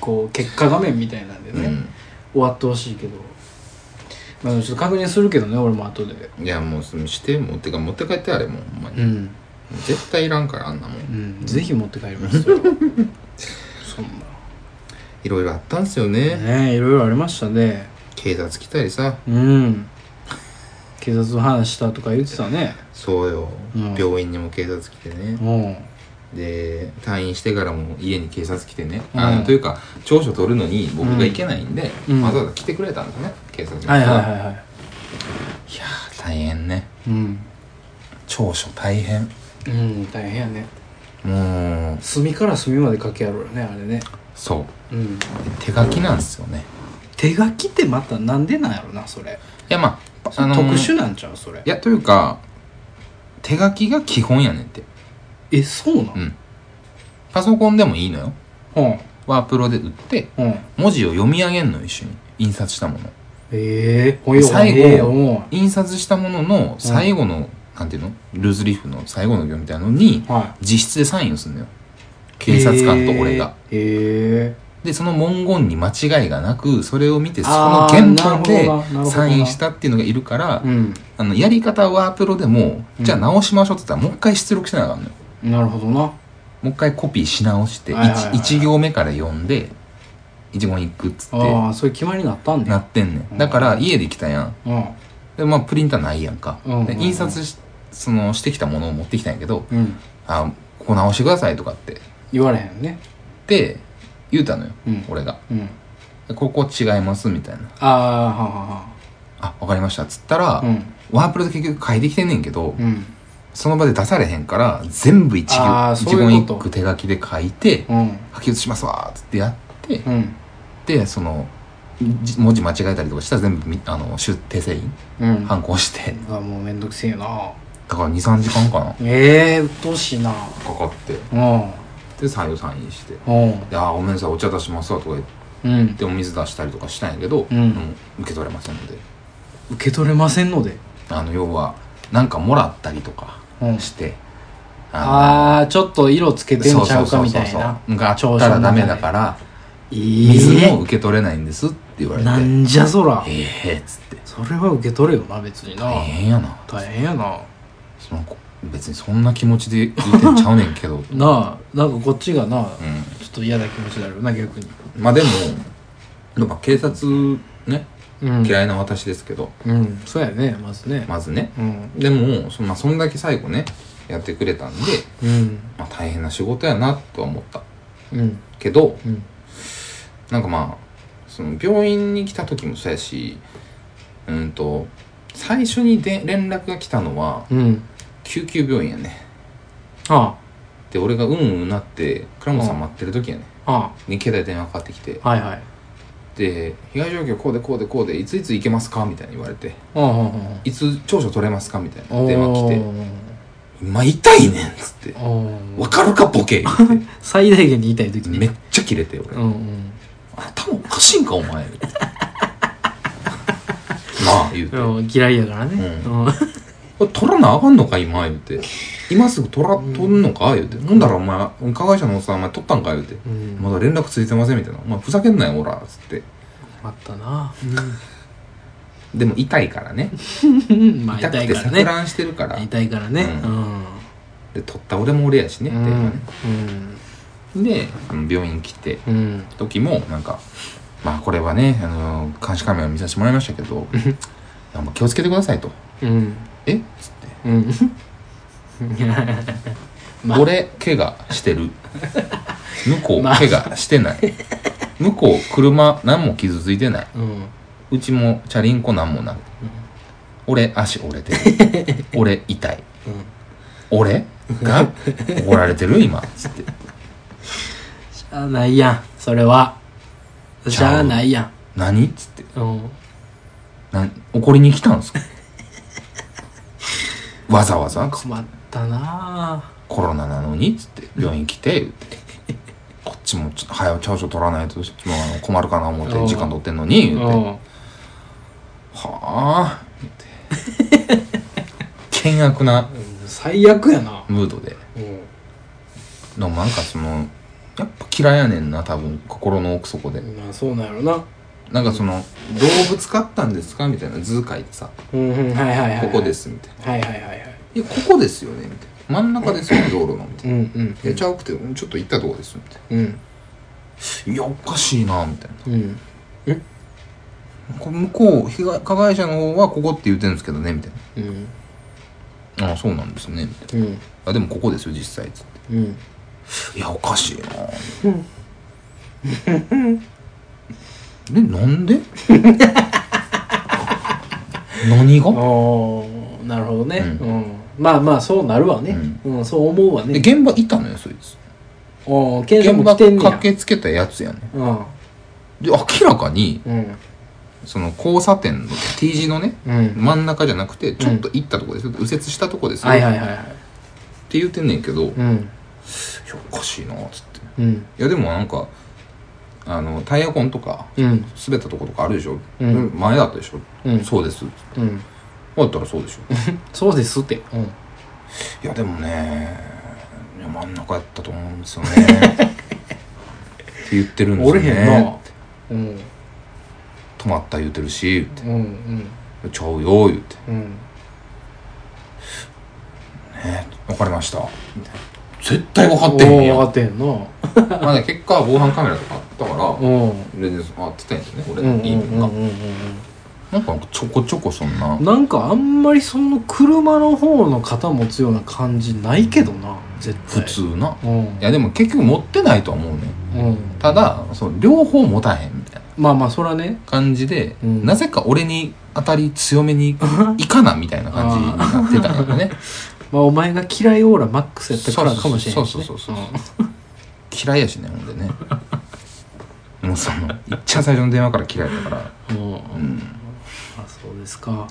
S2: こう結果画面みたいなんで
S1: う
S2: ね、
S1: ん
S2: 終わってほしいけどまあでもちょっと確認するけどね俺も後で
S1: いやもうしてもうてか持って帰ってあれもうほんまに、
S2: うん、
S1: もう絶対いらんからあんなもん
S2: うん、ぜひ持って帰り ますよそん
S1: いろいろあったんすよね
S2: なねえいろいろありましたね
S1: 警察来たりさ
S2: うん警察の話したとか言ってたね
S1: そうよ、
S2: うん
S1: 病院にも警察来てね、
S2: うん
S1: で退院してからも家に警察来てね、
S2: うん
S1: あのというか長所取るのに僕が行けないんで、
S2: うん
S1: わざわざ来てくれたんですね警察が、
S2: はいはいはいはい
S1: いやー大変ね
S2: うん、
S1: 長所大変
S2: うん、大変やね
S1: もう
S2: 隅から隅まで書きやろうよねあれね
S1: そう
S2: うん
S1: 手書きなんですよね
S2: 手書きってまたなんでなんやろなそれ
S1: いやまあ、あの
S2: 特
S1: ー
S2: 殊なんちゃうそれ
S1: いやというか手書きが基本やねんって
S2: えそうな
S1: うんんパソコンでもいいのよ
S2: うん
S1: ワープロで打って
S2: うん
S1: 文字を読み上げんの一緒に印刷したもの
S2: ええほよ
S1: 最後
S2: ええうん
S1: 印刷したものの最後の、なんていうのルーズリーフの最後の行みたいなのに
S2: は
S1: 実質でサインをするのよ
S2: い
S1: 警察官と俺が、
S2: ええ
S1: でその文言に間違いがなくそれを見てその
S2: あー
S1: 原本
S2: なる
S1: で
S2: ほどななるほどな
S1: サインしたっていうのがいるから
S2: うん
S1: あのやり方はワープロでも、
S2: うん
S1: じゃあ直しましょうって言ったらもう一回出力しなあかんのよ
S2: なるほどな
S1: もう一回コピーし直して
S2: はいはいはいはい
S1: 1, 行目から読んで一言いくっつって
S2: ああそういう決まりになったんだ
S1: なってんねんだから家で来たやん
S2: うん
S1: でまあプリンターないやんか、
S2: うんうんうん
S1: で印刷しそのしてきたものを持ってきたんやけど
S2: うん
S1: 「あここ直してください」とかって
S2: 言われへんね
S1: で言うたのよ、
S2: うん
S1: 俺が
S2: うん
S1: 「ここ違います」みたいな
S2: ああははは
S1: 「あわかりました」っつったら、
S2: うん
S1: ワープロで結局書いてきてんねんけど、
S2: うん
S1: その場で出されへんから全部一
S2: あー
S1: 行
S2: そ
S1: 一
S2: ういう
S1: 言
S2: こと
S1: 一句手書きで書いて
S2: うん
S1: 「書き写しますわ」っつってやって、
S2: うん
S1: でそのじ文字間違えたりとかしたら全部みあの出訂正印
S2: うん
S1: 反抗して
S2: あもうめんどくせえよな
S1: だから23時間かな
S2: ええうっとうしいな
S1: かかって
S2: うん
S1: で採用サインして
S2: うん
S1: 「いやーごめんなさいお茶出しますわ」とか言っ
S2: うん
S1: てお水出したりとかしたんやけど、
S2: うん
S1: でも受け取れませんので
S2: 受け取れませんので
S1: あの要はなんかもらったりとか
S2: うん
S1: して、
S2: ああちょっと色つけ
S1: ー
S2: てんちゃう
S1: そ
S2: か
S1: う
S2: み
S1: そ
S2: た
S1: う
S2: い
S1: そう
S2: な
S1: そうがあったらダメだから水
S2: 水
S1: も受け取れないんですって言われて「
S2: なんじゃそら
S1: ええー」っつって
S2: それは受け取れよな別にな
S1: 大変やな
S2: 大変やな
S1: その別にそんな気持ちで言ってんちゃうねんけど
S2: なあなんかこっちがな
S1: うん
S2: ちょっと嫌な気持ちになるよな逆に
S1: まあでも、やっぱ警察ね、
S2: うん
S1: 嫌いな私ですけど、
S2: うんそうやねまずね
S1: まずね。
S2: うん
S1: でも、そ,、まあ、そんだけ最後ね、やってくれたんで、
S2: うん
S1: まあ大変な仕事やなとは思った。
S2: うん
S1: けど、
S2: うん
S1: なんかまあ、その病院に来た時もそうやし、うんと、最初にで連絡が来たのは、
S2: うん
S1: 救急病院やね。
S2: あ
S1: で、俺がうんうんなって、倉本さん待ってる時やね。
S2: ああ
S1: に携帯電話かかってきて、
S2: あはいはい
S1: で、被害状況こうでこうでこうで、いついつ行けますかみたいに言われて。
S2: うんうんうん
S1: いつ長所取れますかみたいな電
S2: 電
S1: 話
S2: 話
S1: 来
S2: 来
S1: て「今痛いねん」っつって「
S2: て
S1: わかるかボケ」言って
S2: 最大限に言いたい時に
S1: めっちゃキレて俺
S2: うんうん
S1: 「頭おかしいんかお前」なあ言うて
S2: うん嫌いやからね
S1: う
S2: うん
S1: 「取らなあかんのか今」言うて「今すぐ取ら取んのか?」言うて「ほんだらお前加害者のおっさんお前取ったんか?」言うて
S2: う
S1: 「
S2: ん
S1: まだ連絡ついてません」みたいな「お前ふざけんなよおら」っつって
S2: あったな
S1: でも痛いからね
S2: うんまあ
S1: 痛
S2: 痛
S1: く
S2: い
S1: て
S2: から
S1: 錯
S2: ね
S1: 乱してるから
S2: 痛いからね
S1: う
S2: うん
S1: で取った俺も俺やしね
S2: う
S1: っていうかね
S2: んうん
S1: であの病院来て
S2: うん
S1: 時もなんかまあこれはね、あの監視カメラを見させてもらいましたけどいやもう気をつけてくださいと
S2: うん
S1: 「えっ?」つって
S2: うん
S1: 「俺怪我してる向こう
S2: まあ
S1: 怪我してない向こう車何も傷ついてない
S2: うん
S1: うちもチャリンコ何もない俺足折れてる俺痛い俺が怒られてる今」つって
S2: しゃあないやんそれはしゃあないやん
S1: 「何?」っつって
S2: うん
S1: なん「怒りに来たんですか?」わざわざ
S2: 困ったなあ
S1: コロナなのに」っつって「病院来て」言ってこっちもちょっと早う長所取らないとちょっとあの困るかな思って時間取ってんのに
S2: う
S1: 言って
S2: ん
S1: 「はあ」言って 険悪な
S2: 最悪やな
S1: ムードで
S2: うん
S1: でもなんかそのやっぱ嫌いやねんな多分心の奥底で
S2: まあそうなんやろな
S1: なんかその「動物飼ったんですか?」みたいな図書いてさ
S2: うんうんはいはいはい
S1: 「
S2: はい
S1: ここです」みたいな
S2: はいはいはいはい
S1: 「いやここですよね」みたいな「真ん中ですよ道路の」みたい
S2: うんうん
S1: な「いやちゃうくてうんちょっと行ったとこです」みたいな
S2: うん
S1: いやおかしいなみたい
S2: うん
S1: なこれ向こう被害加害者の方はここって言ってるんですけどねみたい
S2: うん
S1: な「ああそうなんですね」みたい
S2: うん
S1: な「あでもここですよ実際」つって
S2: うん
S1: 「いやおかしいな」 でなんで 何 が
S2: おーなるほどね、
S1: う
S2: うんまあまあそうなるわね、うんそう思うわ
S1: で
S2: ね
S1: 現場いたのよそいつ
S2: おお検査
S1: 現
S2: も
S1: 場
S2: 来てんね
S1: 駆
S2: や
S1: けつけたやつやね
S2: うん
S1: で明らかに
S2: うん
S1: その交差点の T 字のね
S2: うん
S1: 真ん中じゃなくてちょっと行ったとこですよ、右折したとこですよ、
S2: はいはい
S1: っ
S2: はいはい
S1: て言ってんねんけど、いや
S2: うん
S1: おかしいなっつって
S2: うん
S1: いやでもなんかあのタイヤ痕とか
S2: うん
S1: 滑ったとことかあるでしょ、
S2: うん
S1: 前だったでしょ、
S2: うん
S1: そうです
S2: うん
S1: だったらそうでしょ
S2: そうですってうん
S1: いやでもねいや真ん中やったと思うんですよねって言ってるんです
S2: 折
S1: よね
S2: れへんなうん
S1: 止まった言うてるし言
S2: うんうん
S1: ってちゃうよ言うて
S2: うん
S1: ね分かりましたみたいな絶対分かってへんやん
S2: おー分かってへんな
S1: まあね、結果は防犯カメラとかあったから、
S2: うん
S1: 全然あってたんやね、俺
S2: うんうん
S1: の
S2: う
S1: いい面
S2: んう
S1: が
S2: ん。うん
S1: なんかちょこちょこそんな、
S2: なんかあんまりその車の方の肩持つような感じないけどな絶対
S1: 普通な。
S2: うん
S1: いやでも結局持ってないとは思うね。
S2: うん
S1: ただ、その両方持たへんみたいな
S2: まあまあそらね
S1: 感じで、
S2: うん
S1: なぜか俺に当たり強めにいかなみたいな感じになってたんやね。
S2: まあお前が嫌いオーラマックスやったからかもしれない
S1: そうそうそうそう嫌いやしね、ほんでね。 もうその、いっちゃん最初の電話から嫌いだから、
S2: うんうん
S1: うん。
S2: あそうですか
S1: ま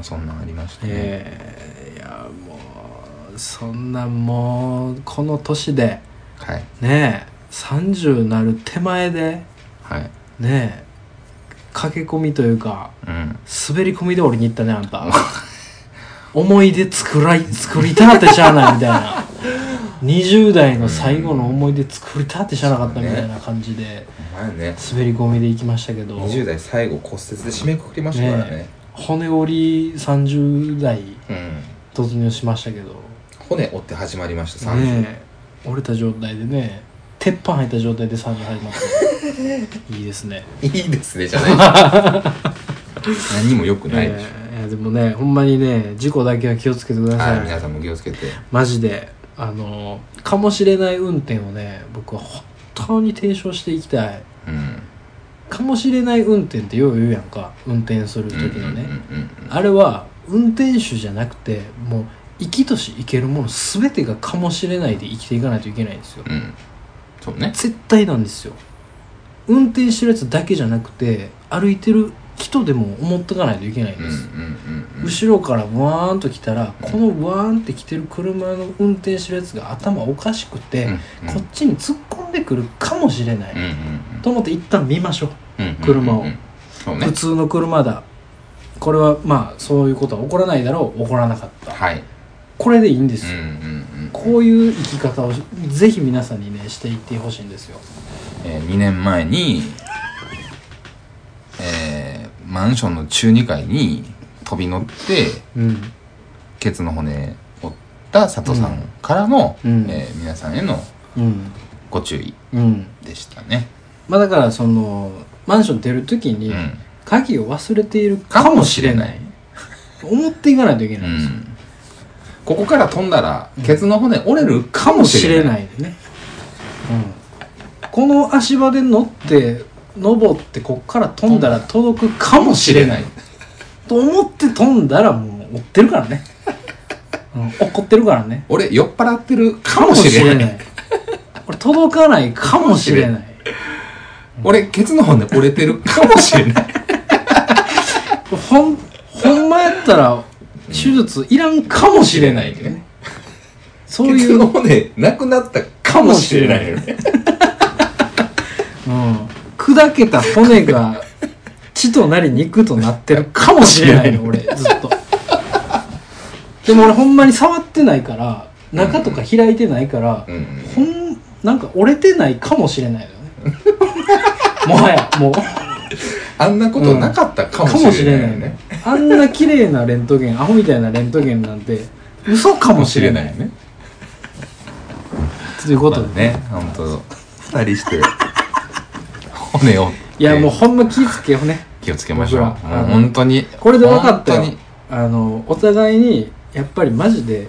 S1: あそんなんありましたね。
S2: えー、いやもうそんなもうこの年で
S1: はい。
S2: ねえ30なる手前で
S1: はい。
S2: ねえ駆け込みというか
S1: うん。
S2: 滑り込みで降りに行ったねあ んた思い出作らい作りたなってしゃあないみたいな20代の最後の思い出作りたってしゃあなかったみたいな感じで
S1: お前ね。
S2: 滑り込みで行きましたけど
S1: 20代最後骨折で締めくくりましたからね
S2: ね骨折り30代
S1: うん
S2: 突入しましたけど
S1: 骨折って始まりました30、
S2: ねえ折れた状態でね鉄板入った状態で30入り ましたいいですね
S1: いいですねじゃ ない何も良くないでしょ、
S2: ええいやでもねほんまにね事故だけは気をつけてくださ
S1: はい皆さんも気をつけて
S2: マジであのかもしれない運転をね僕は本当に提唱していきたい
S1: うん
S2: かもしれない運転ってよう言うやんか運転する時のね、
S1: うんうんうん
S2: あれは運転手じゃなくてもう生きとし生けるもの全てがかもしれないで生きていかないといけないんですよ
S1: うんうんそうね
S2: 絶対なんですよ運転してるやつだけじゃなくて歩いてる人でも思っとかないといけないん
S1: うん
S2: で
S1: うん
S2: す、
S1: うんうん
S2: 後ろからワーンと来たらこのワーンって来てる車の運転してるやつが頭おかしくて、
S1: うんうん
S2: こっちに突っ込んでくるかもしれない、
S1: うんうん
S2: と思って一旦見ましょう、
S1: うんうん
S2: 車を
S1: うんうんそうね
S2: 普通の車だこれはまあそういうことは起こらないだろう起こらなかった、
S1: はい
S2: これでいいんで
S1: う
S2: す
S1: ん
S2: よ、
S1: うんうん
S2: こういう生き方をぜひ皆さんにねしていってほしいんですよ
S1: えー、2年前に、えー、マンションの中2階に飛び乗って
S2: うん
S1: ケツの骨折った佐藤さんからの、
S2: うん
S1: えー皆さんへの
S2: うん
S1: ご注意
S2: うん
S1: でしたね。
S2: まあだからそのマンション出る時
S1: う
S2: に
S1: ん。
S2: 鍵を忘れている
S1: か
S2: か
S1: も
S2: も
S1: し
S2: し
S1: れ
S2: れ
S1: な
S2: ないい思っていかないといけ
S1: う
S2: ないんですよ、
S1: ん。ここから飛んだら、ケツの骨折れるか
S2: か
S1: も
S2: も
S1: し
S2: し
S1: れ
S2: れ
S1: ない。
S2: ないね、うん、この足場で乗って登ってこっから飛んだら届くかもしれないと思って飛んだらもう追ってるからね、うん、怒ってるからね
S1: 俺、酔っ払ってるかもしれない。
S2: かもし俺届かないかもしれない
S1: 俺、ケツの骨折れてるかもしれ ない。
S2: ほんほんまやったら手術いらんかもしれないねそうい
S1: 鉄
S2: う、
S1: の
S2: うん、
S1: 骨なくなったかもしれないよね
S2: 砕けた骨が血となり肉となってるかもしれな いの俺ずっとでも俺ほんまに触ってないから中とか開いてないから、
S1: うんうん
S2: ほんなんか折れてないかもしれないのね もはやもう
S1: あんなことなかったかもしれないよね、
S2: あんな綺麗なレントゲンアホみたいなレントゲンなんて嘘か
S1: か
S2: も
S1: も
S2: し
S1: し
S2: れ
S1: れ
S2: な
S1: ないいよね
S2: ということで、
S1: ね本当二人して 骨を
S2: いやもうほんま気ぃつけようね
S1: 気をつけましょうもう
S2: 僕ら
S1: 本当に
S2: これで分かったよ
S1: 本
S2: あのお互いにやっぱりマジで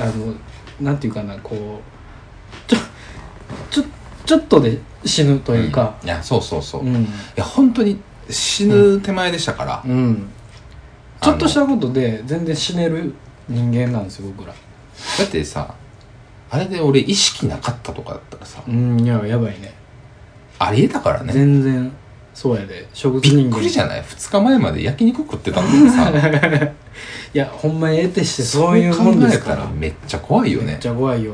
S2: あのなんていうかなこうちょちょちょっとで死ぬと
S1: 当に
S2: いうか
S1: んいやそうそうそう、
S2: う
S1: い
S2: ん、
S1: や本当に死ぬ手前でしたから、
S2: うん、ちょっとしたことで全然死ねる人間なんですよ僕ら
S1: だってさあれで俺意識なかったとかだったらさ、
S2: うんいややばいね
S1: ありえたからね
S2: 全然そうやで植物
S1: び
S2: 人
S1: っ
S2: 間
S1: くりじゃない2日前まで焼肉食ってたのにさ
S2: いやほんまに得てしてそういうもん
S1: 考
S2: で
S1: え
S2: すか
S1: た
S2: ら
S1: らめっちゃ怖いよ
S2: めっ
S1: ね
S2: ちゃ怖いよ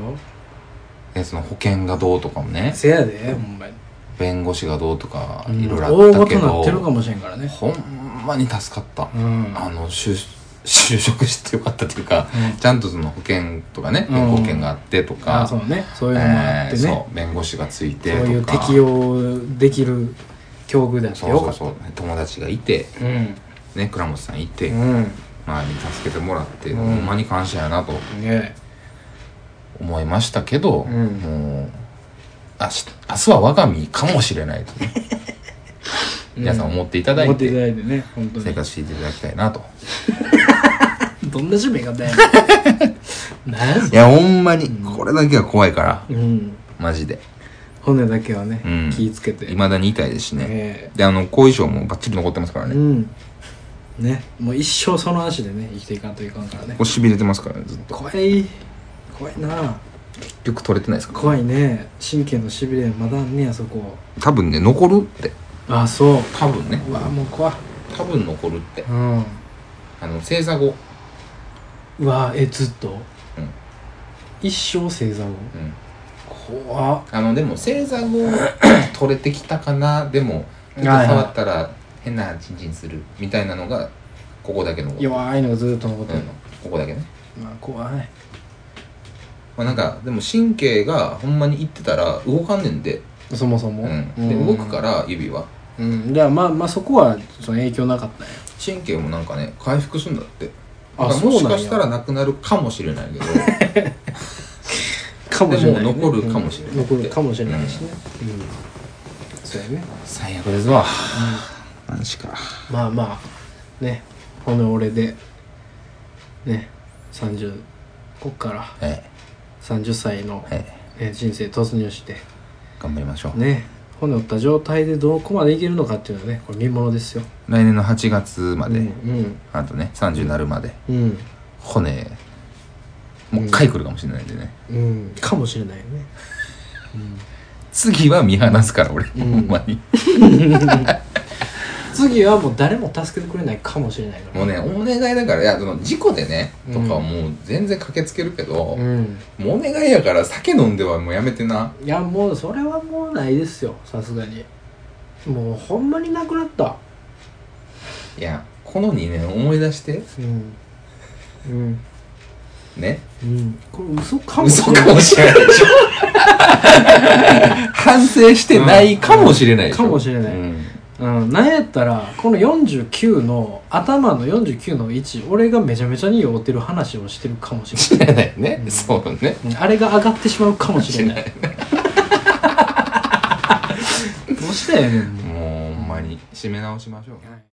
S1: でその保険がどうとかもね
S2: せやでほんまに
S1: 弁護士がどうとか
S2: うん
S1: いろいろ
S2: 大
S1: あ
S2: ご
S1: ったけ
S2: と
S1: ど、
S2: なってるかもしれんからね
S1: ほんまに助かった、
S2: うん
S1: あの就就職してよかったというか、
S2: うん
S1: ちゃんとその保険とかね
S2: うん
S1: 健康保険があってとか、
S2: あそうねそういうのもあっ
S1: え
S2: て
S1: ー
S2: ね、
S1: そう弁護士がついて
S2: そういう
S1: とか
S2: 適用できる境遇だって
S1: そう
S2: よ
S1: そ
S2: か
S1: う
S2: った
S1: そう友達がいて
S2: うん
S1: ね倉本さんいて、
S2: うん
S1: 周りに助けてもらって、
S2: うん
S1: ほんまに感謝やなと
S2: ね
S1: 思いましたけど、
S2: うん
S1: もう明日明日は我が身かもしれないと ね、皆さん思っていただ
S2: 思
S1: い
S2: っていた
S1: て
S2: だいてね本当
S1: 生活していただきたいなと、
S2: にどんな趣味がだよ 何やそ
S1: いやほんまにこれだけは怖いから
S2: れうん
S1: マジで
S2: 骨だけはね、
S1: うん
S2: 気ぃつけて
S1: いまだに痛いですしね、
S2: ね
S1: であの後遺症もバッチリ残ってますから
S2: う
S1: ね、
S2: んねもう一生その足でね生きていかんといかんからね
S1: こうしびれてますからねずっと
S2: 怖い怖いな
S1: 結局取れてないですか
S2: 怖いね神経のしびれまだあんねやそこ
S1: 多分ね残るって
S2: あそう
S1: 多分ね
S2: うわもう怖い
S1: 多分残るって
S2: うん
S1: あの正座後、
S2: うわえずっと
S1: うん
S2: 一生正座を
S1: うん、
S2: 怖っ
S1: あのでも正座後 取れてきたかなでもちょっと
S2: はいはい
S1: 触ったら変なチンチンするみたいなのがここだけのこと、うん、こ
S2: 弱いのがずっと残ってるの、
S1: こだけね、
S2: まあ怖い
S1: まあ、なんかでも神経がほんまにいってたら動かんねんで,、
S2: そもそも、
S1: うん、で動くから指は
S2: うんじゃあまあまあそこはその影響なかったんや
S1: 神経もなんかね回復するんだって
S2: あ
S1: だから
S2: そう
S1: も
S2: なん
S1: しかし
S2: や
S1: たらなくなるかもしれ ないけど
S2: かもしれない、
S1: でも残るかもしれない
S2: うん残るかもしれないしねうん、そうやね、
S1: 最悪ですわマジか
S2: まあまあね骨折れでね30こっから
S1: え
S2: 30歳の、
S1: えええ
S2: ね人生突入して
S1: 頑張りましょう、
S2: ね骨折った状態でどこまでいけるのかっていうのはねこれ見ものですよ
S1: 来年の8月まで、
S2: うん
S1: あとね30になるまで
S2: うん
S1: 骨もう一回来るかもしれないんでね、
S2: うんかもしれないよね
S1: 次は見放すから俺、
S2: ん
S1: ほんまに
S2: 次はもう誰も助けてくれないかもしれないか
S1: も
S2: ら
S1: うねお願いだからいやその事故でね
S2: うん
S1: とかはもう全然駆けつけるけど、
S2: うん
S1: もうお願いやから酒飲んではもうやめてない
S2: やもうそれはもうないですよさすがにもうほんまになくなった
S1: いやこの2年思い出して
S2: うんうん
S1: ね
S2: うんこれ嘘かもし
S1: 嘘
S2: れない
S1: かもしれないでしょ 反省してないかもしれないでしょ、
S2: かもしれない
S1: うん
S2: うん、なんやったらこの49の頭の49の1俺がめちゃめちゃに酔ってる話をしてるかもし
S1: 知
S2: れ
S1: らないね、
S2: うん
S1: そうね
S2: ないうんあれが上がってしまうかもしれないどうしたやねんもう
S1: もうほんまに締め直しましょう